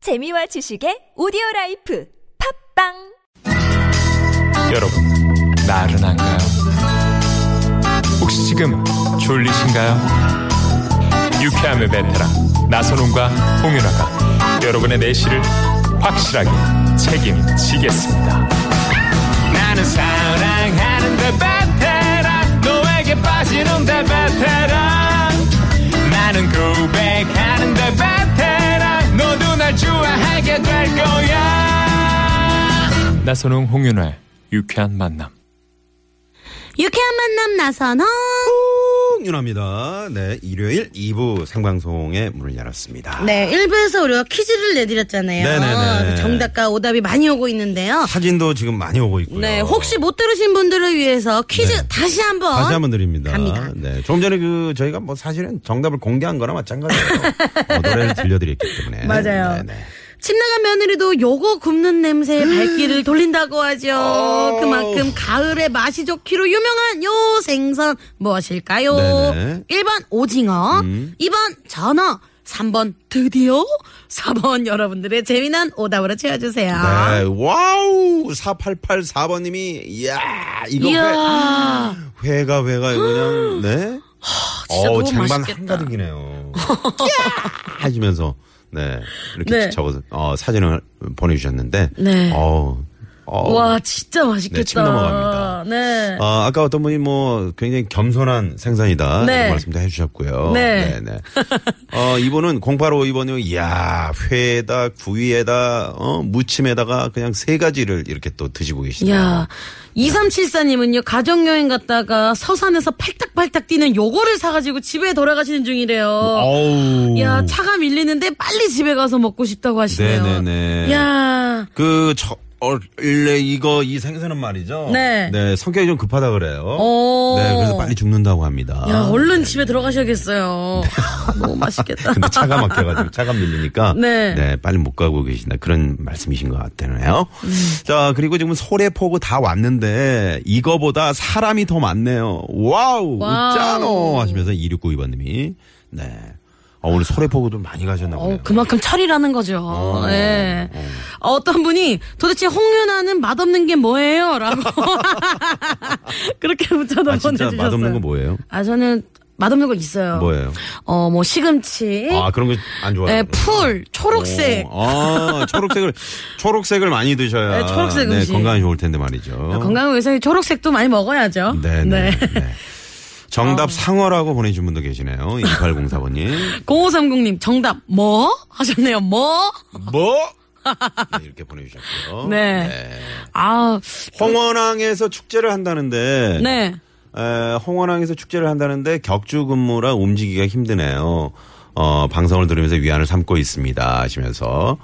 재미와 지식의 오디오 라이프 팝빵 여러분, 나른한가요? 혹시 지금 졸리신가요? 유쾌함의 베테랑 나선홍과 홍윤아가 여러분의 내실을 확실하게 책임지겠습니다. 나는 사랑하는데 베테랑 너에게 빠지는데 베테랑 나는 고백하는데 베테랑 너도 날 좋아하게 될 거야. 나선홍 홍윤아의 유쾌한 만남. 유쾌한 만남 나선홍. 윤합니다. 네, 일요일 2부 생방송의 문을 열었습니다. 네, 1부에서 우리가 퀴즈를 내드렸잖아요. 그 네네네. 정답과 오답이 많이 오고 있는데요. 사진도 지금 많이 오고 있고요. 네, 혹시 못 들으신 분들을 위해서 퀴즈 다시 한번. 네. 다시 한번 드립니다. 갑니다. 네, 조금 전에 그 저희가 뭐 사실은 정답을 공개한 거나 마찬가지예요. 어, 노래를 들려드렸기 때문에 맞아요. 네, 네. 집 나간 며느리도 요거 굽는 냄새의 음. 발길을 돌린다고 하죠. 그만큼 가을의 맛이 좋기로 유명한 요 생선 무엇일까요? 네네. 음. 1번 오징어, 2번 전어, 3번 드디어, 4번 여러분들의 재미난 오답으로 채워주세요. 네, 와우 4884번님이 이야 네. 이거 이야. 회, 회가 회가 이거 그냥 네. 진짜 어 너무 장만 맛있겠다. 한가득이네요. 야! 하시면서 네 이렇게 네. 적어서 어, 사진을 보내주셨는데 네. 어, 어, 와 진짜 맛있겠다. 네, 침 넘어갑니다. 네. 아, 아까 어떤 분이 뭐 굉장히 겸손한 생선이다. 네. 이런 말씀도 해주셨고요. 네. 네. 어, 이분은 0852번이 이야, 회에다, 구이에다, 어, 무침에다가 그냥 세 가지를 이렇게 또 드시고 계시네요. 야, 2374님은요, 가족여행 갔다가 서산에서 팔딱팔딱 뛰는 요거를 사가지고 집에 돌아가시는 중이래요. 어우. 야, 차가 밀리는데 빨리 집에 가서 먹고 싶다고 하시네요. 네네네. 야, 그, 저, 원래 이거, 이 생선은 말이죠. 네. 성격이 좀 급하다 그래요. 오. 네. 그래서 빨리 죽는다고 합니다. 야, 얼른 집에 들어가셔야겠어요. 너무 맛있겠다. 네. 근데 차가 막혀가지고 차가 밀리니까 네. 빨리 못 가고 계신다 그런 말씀이신 것 같네요. 음. 자 그리고 지금 소래포구 다 왔는데 이거보다 사람이 더 많네요. 와우 와우. 웃자노 하시면서 2692번님이 네 어, 오늘 소래포구도 많이 가셨나 어, 보네요. 그만큼 철이라는 거죠. 어, 예. 어떤 분이 도대체 홍윤아는 맛없는 게 뭐예요? 라고. 그렇게 문자도 아 진짜 보내주셨어요. 맛없는 거 뭐예요? 아, 저는 맛없는 거 있어요. 뭐예요? 어, 뭐, 시금치. 아 그런 거 안 좋아요. 예, 풀, 초록색. 오, 아, 초록색을 초록색을 많이 드셔야 네, 초록색 네, 음식. 건강에 좋을 텐데 말이죠. 아, 건강을 위해서 초록색도 많이 먹어야죠. 음. 네, 네. 네. 아. 정답 상어라고 보내준 분도 계시네요. 2804번님. 0530님, 정답, 뭐? 하셨네요, 뭐? 뭐? 네, 이렇게 보내주셨고요. 네. 아, 홍원항에서 축제를 한다는데. 네. 에, 홍원항에서 축제를 한다는데 격주 근무라 움직이기가 힘드네요. 어, 방송을 들으면서 위안을 삼고 있습니다. 하시면서.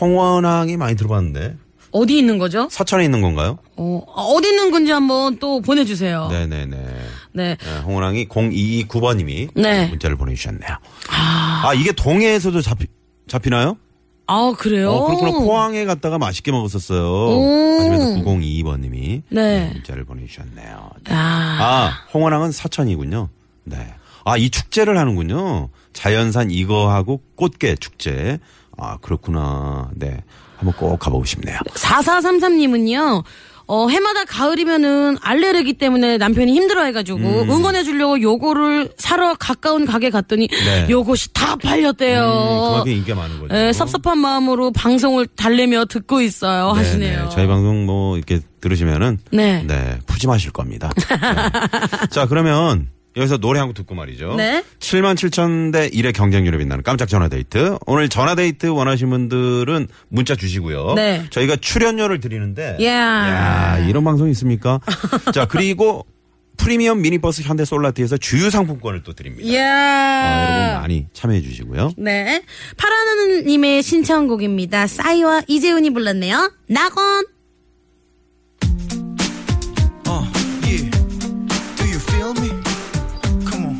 홍원항이 많이 들어봤는데. 어디 있는 거죠? 서천에 있는 건가요? 어, 아, 어디 있는 건지 한번 또 보내주세요. 네. 네네네. 네, 홍원항이 0229번님이 네. 문자를 보내주셨네요. 아, 이게 동해에서도 잡히, 잡히나요? 아, 그래요? 어, 그렇구나. 포항에 갔다가 맛있게 먹었었어요. 오. 하시면서 9022번님이 네. 문자를 보내주셨네요. 아, 아, 홍원항은 사천이군요. 네. 아, 이 축제를 하는군요. 자연산 이거하고 꽃게 축제. 아, 그렇구나. 네. 한번 꼭 가보고 싶네요. 4433님은요. 어, 해마다 가을이면은 알레르기 때문에 남편이 힘들어해가지고 음. 응원해주려고 요거를 사러 가까운 가게 갔더니 네. 음, 요것이 다 팔렸대요. 그만큼 인기가 많은 거죠. 예, 어, 섭섭한 마음으로 방송을 달래며 듣고 있어요. 네, 하시네요. 네. 저희 방송 뭐 이렇게 들으시면은 네. 네, 푸짐하실 겁니다. 네. 자 그러면 여기서 노래 한 곡 듣고 말이죠. 네. 7만 7천 대 1의 경쟁률에 빛나는 깜짝 전화데이트. 오늘 전화데이트 원하신 분들은 문자 주시고요. 네. 저희가 출연료를 드리는데 예. 야, 이런 방송이 있습니까? 자 그리고 프리미엄 미니버스 현대 솔라티에서 주유 상품권을 또 드립니다. 예. 아, 여러분 많이 참여해 주시고요. 네. 파라나님의 신청곡입니다. 싸이와 이재훈이 불렀네요. 낙원. Uh, yeah. Do you feel me? Come on.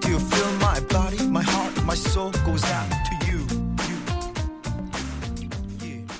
Do you feel my body, my heart, my soul goes out to you. You. Yeah.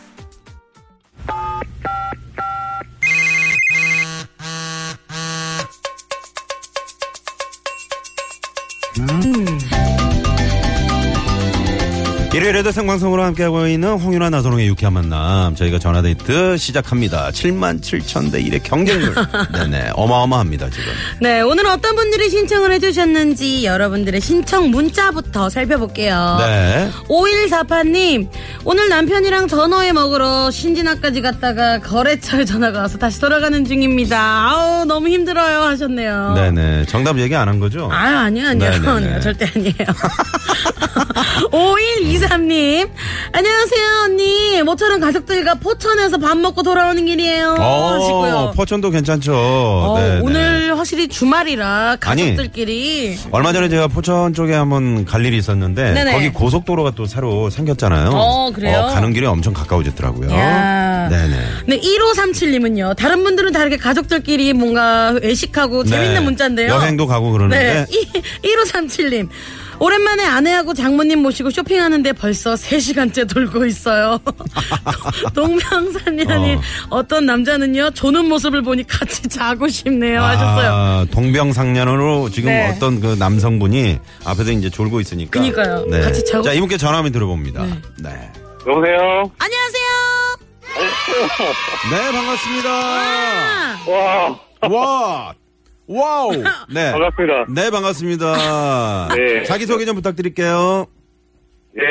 일요일에도 생방송으로 함께하고 있는 홍윤아 나선홍의 유쾌한 만남. 저희가 전화데이트 시작합니다. 7만 7천 대 1의 경쟁률. 네네. 어마어마합니다, 지금. 네, 오늘은 어떤 분들이 신청을 해주셨는지 여러분들의 신청 문자부터 살펴볼게요. 네. 5148님, 오늘 남편이랑 전어회 먹으러 신진아까지 갔다가 거래처에 전화가 와서 다시 돌아가는 중입니다. 아우, 너무 힘들어요. 하셨네요. 네네. 정답 얘기 안 한 거죠? 아, 아니요, 아니요. 네네네. 아니요, 절대 아니에요. 5123님, 안녕하세요, 언니. 모처럼 가족들과 포천에서 밥 먹고 돌아오는 길이에요. 하시고요. 어, 포천도 괜찮죠. 어, 네네. 오늘 확실히 주말이라 아니. 가족들끼리 얼마 전에 제가 포천 쪽에 한번 갈 일이 있었는데 네네. 거기 고속도로가 또 새로 생겼잖아요. 어, 그래요? 가는 길이 엄청 가까워졌더라고요. 야. 어? 네네. 네, 1537님은요. 다른 분들은 다르게 가족들끼리 뭔가 외식하고 네. 재밌는 문자인데요. 여행도 가고 그러는데 네. 1537님. 오랜만에 아내하고 장모님 모시고 쇼핑하는데 벌써 3시간째 돌고 있어요. 동명산이 아닌 어. 떤 남자는요. 조는 모습을 보니 같이 자고 싶네요. 하셨어요. 아, 동병상련으로 지금 네. 어떤 그 남성분이 앞에서 이제 졸고 있으니까. 네. 그니까요. 같이 자고- 자, 이분께 전화 한번 들어봅니다. 네. 네. 여보세요? 안녕하세요. 반갑습니다. 아, 와, 네, 와. 와우. 네. 반갑습니다. 네, 반갑습니다. 네. 자기소개 좀 부탁드릴게요. 네,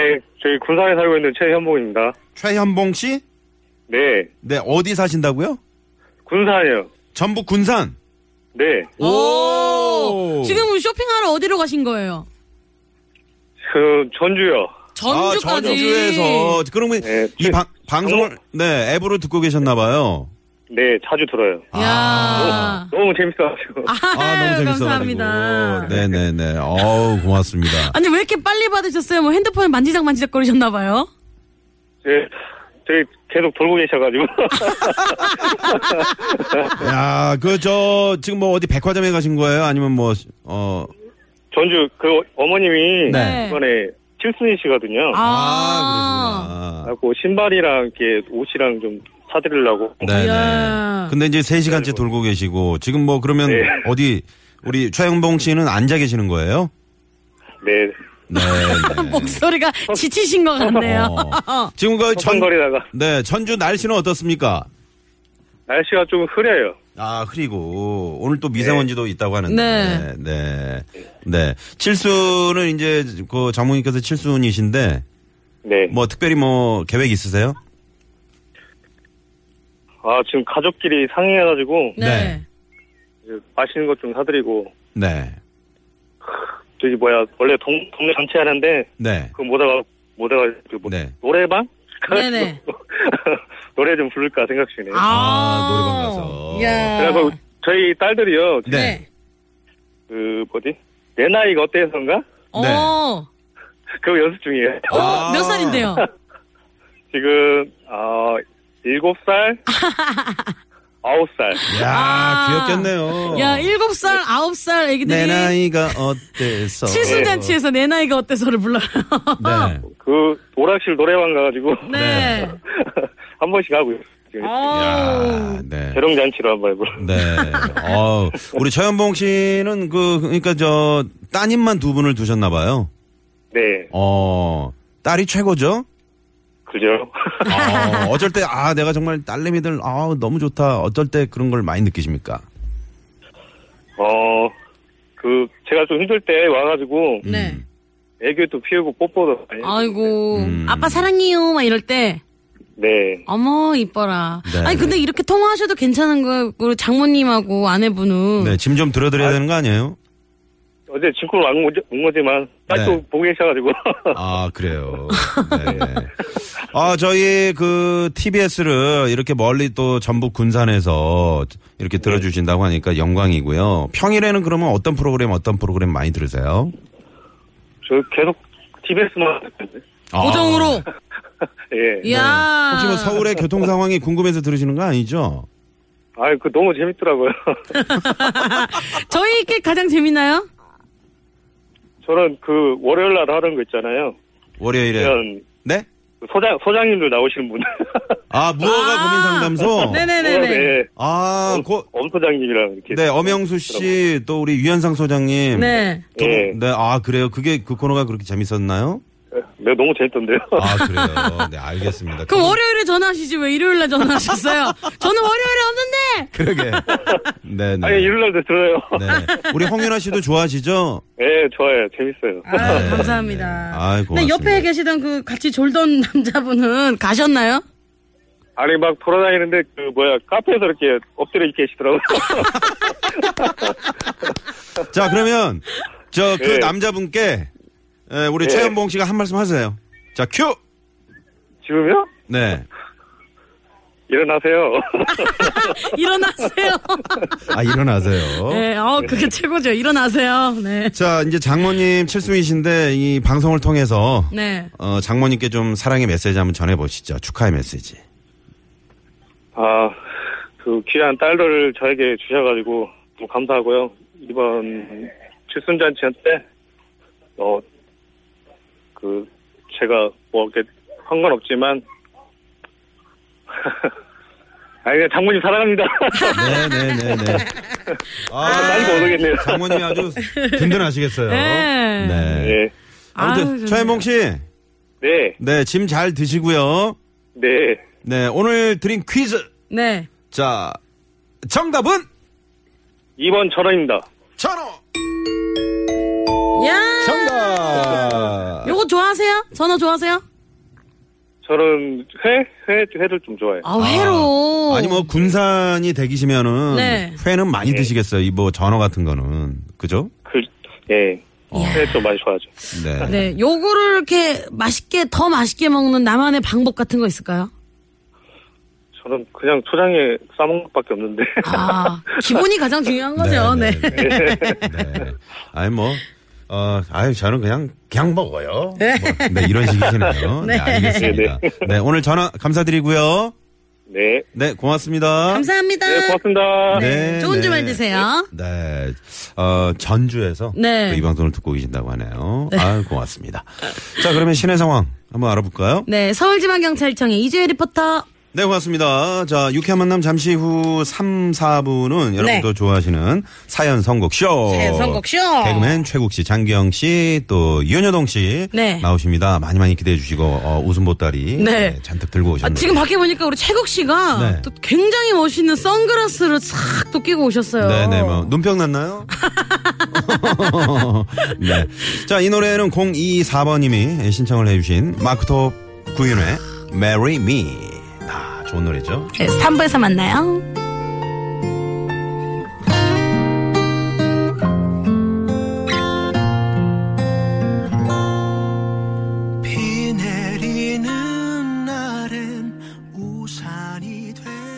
저희 군산에 살고 있는 최현봉입니다. 최현봉 씨? 네, 네, 어디 사신다고요? 군산이요. 전북 군산. 네, 오. 지금 쇼핑하러 어디로 가신 거예요? 그, 전주요. 아, 전주까지. 전주에서 그러면 네, 이 방, 방송을 네, 앱으로 듣고 계셨나 봐요. 네, 자주 들어요. 야. 너무 재밌어가지고. 아, 너무 재밌어 네, 감사합니다. 네, 네, 네. 어우, 고맙습니다. 아니 왜 이렇게 빨리 받으셨어요? 뭐 핸드폰을 만지작 만지작 거리셨나 봐요. 아. 네, 저희 계속 돌고 계셔가지고. 야, 그 저 지금 뭐 어디 백화점에 가신 거예요? 아니면 뭐 어, 전주, 그, 어머님이. 네. 이번에 칠순이시거든요. 아, 아, 그래갖고 신발이랑 이렇게 옷이랑 좀 사드리려고. 네, 네. 이야. 근데 이제 세시간째 돌고 계시고 지금 뭐 그러면 네. 어디 우리 최영봉 씨는 앉아 계시는 거예요? 네, 네. 네. 목소리가 지치신 것 같네요. 어. 지금 그 전, 허성거리다가. 네, 전주 날씨는 어떻습니까? 날씨가 좀 흐려요. 아, 그리고 오늘 또 네. 미세먼지도 있다고 하는데. 네. 네. 네. 칠순은 이제 그 장모님께서 칠순이신데 네. 뭐 특별히 뭐 계획 있으세요? 아, 지금 가족끼리 상의해가지고. 네. 네. 이제 맛있는 것 좀 사드리고. 네. 저기 뭐야 원래 동, 동네 전체 하는데 네. 그 모다가 모다가 그 뭐, 네. 노래방 그 네네. 노래 좀 부를까 생각 중이에요. 아, 노래방 가서. 이야. 그래서 저희 딸들이요 네. 그 뭐지 내 나이가 어때서인가 네. 어. 그거 연습 중이에요. 아. 몇 살인데요? 지금 어 일곱 살 아홉 살 야, 아. 귀엽겠네요. 야, 일곱 살, 아홉 살 내 애기들이 나이가 어때서? 네. 칠순잔치에서 내 나이가 어때서를 불러요. 네. 그 오락실 노래방 가가지고 네. 한 번씩 하고요. 지금 야, 아. 네. 재롱 잔치로 한번 해보. 네. 어, 우리 최현봉 씨는 그 그러니까 저 따님만 두 분을 두셨나 봐요. 네 어. 딸이 최고죠? 그죠. 어, 어쩔 때, 아, 내가 정말 딸내미들, 아 너무 좋다. 어쩔 때 그런 걸 많이 느끼십니까? 어, 어그 제가 좀 힘들 때 와가지고 네. 애교도 피우고 뽀뽀도 많이. 아이고. 음. 아빠 사랑해요. 막 이럴 때. 네. 어머, 이뻐라. 네. 아니, 근데 이렇게 통화하셔도 괜찮은 거예요. 그 장모님하고 아내분은. 네, 짐 좀 들어드려야 되는 거 아니에요? 어제 직구로 안 거지- 온 거지만 네. 딸도 보고 계셔가지고 아, 그래요. 네. 아, 저희 그 TBS를 이렇게 멀리 또 전북 군산에서 이렇게 네. 들어주신다고 하니까 영광이고요. 평일에는 그러면 어떤 프로그램, 어떤 프로그램 많이 들으세요? 저 계속 TBS만 아. 고정으로. 아. 예. 이야. 아, 네. 혹시 뭐 서울의 교통 상황이 궁금해서 들으시는 거 아니죠? 아유 그 너무 재밌더라고요. 저희께 가장 재밌나요? 저는 그 월요일 날 하는 거 있잖아요. 월요일에. 그냥 네? 그 소장 소장님들 나오시는 분. 아, 무허가 아. 고민 상담소? 네네네네. 네. 아, 고, 엄 소장님이랑 이렇게. 네, 엄영수 씨, 또 우리 유현상 소장님. 네. 두 분- 예. 네, 아, 그래요. 그게 그 코너가 그렇게 재밌었나요? 네, 너무 재밌던데요. 아, 그래요. 네, 알겠습니다. 그럼 월요일에 전화하시지 왜 일요일날 전화하셨어요? 저는 월요일에 없는데. 그러게. 네, 네. 아니, 일요일날도 들어요. 네. 우리 홍윤아 씨도 좋아하시죠? 네, 좋아요. 재밌어요. 아, 네. 감사합니다. 아이, 근데 고맙습니다. 옆에 계시던 그 같이 졸던 남자분은 가셨나요? 아니, 막 돌아다니는데, 그, 뭐야, 카페에서 이렇게 엎드려 계시더라고요. 자, 그러면 저 그 네. 남자분께 에, 우리 네. 최현봉 씨가 한 말씀 하세요. 자, 큐. 지금요? 네. 일어나세요. 일어나세요. 아, 일어나세요. 네, 어, 그게 최고죠. 일어나세요. 네. 자, 이제 장모님 칠순이신데 이 방송을 통해서 네. 어, 장모님께 좀 사랑의 메시지 한번 전해 보시죠. 축하의 메시지. 아, 그 귀한 딸들을 저에게 주셔가지고 너무 감사하고요. 이번 칠순잔치 때, 어, 그, 제가 뭐 이렇게 한 건 없지만, 아니, 그냥 장모님 사랑합니다. 네, 네, 네, 네. 아, 많이 모르겠네요. 장모님이 아주 든든하시겠어요. 네. 네. 네. 아유, 아무튼 뭐- 최현봉 씨, 네, 네, 짐 잘 드시고요. 네. 네, 오늘 드린 퀴즈. 네. 자, 정답은 2번 전원입니다. 전호. 야! 정답. 요거 좋아하세요? 전어 좋아하세요? 저는 회? 회, 회를 좀 좋아해요. 아, 회로. 아니 뭐 군산이 되기시면은 네. 회는 많이 드시겠어요. 이 뭐 전어 같은 거는 그죠? 그, 예. 회 좀 많이 좋아하죠. 네. 네, 요거를 이렇게 맛있게, 더 맛있게 먹는 나만의 방법 같은 거 있을까요? 저는 그냥 초장에 싸먹는 것밖에 없는데. 아, 기본이 가장 중요한 거죠. 네. 네. 아니 뭐. 어, 아유, 저는 그냥, 그냥 먹어요. 네. 뭐, 네, 이런 식이시네요. 네, 알겠습니다. 네, 오늘 전화 감사드리고요. 네. 네, 고맙습니다. 감사합니다. 네, 고맙습니다. 네, 좋은 주말 네. 되세요. 네, 어, 전주에서 네. 또이 방송을 듣고 계신다고 하네요. 아유, 고맙습니다. 자, 그러면 시내 상황 한번 알아볼까요? 네, 서울지방경찰청의 이주혜 리포터. 네, 고맙습니다. 자, 유쾌한 만남 잠시 후 3, 4부는 여러분도 좋아하시는 사연 선곡쇼. 네. 사연 선곡쇼. 개그맨 최국 씨, 장기영 씨, 또 윤여동 씨 네. 나오십니다. 많이 많이 기대해 주시고 어, 웃음 보따리 네. 네, 잔뜩 들고 아, 오셨네요. 지금 밖에 보니까 우리 최국 씨가 네. 또 굉장히 멋있는 선글라스를 싹 또 끼고 오셨어요. 네네, 뭐, 눈병 났나요? 네. 자, 이 노래는 024번님이 신청을 해주신 마크토 구윤의 Marry Me. 아, 좋은 노래죠. 네, 3부에서 만나요. 비 내리는 날엔 우산이 돼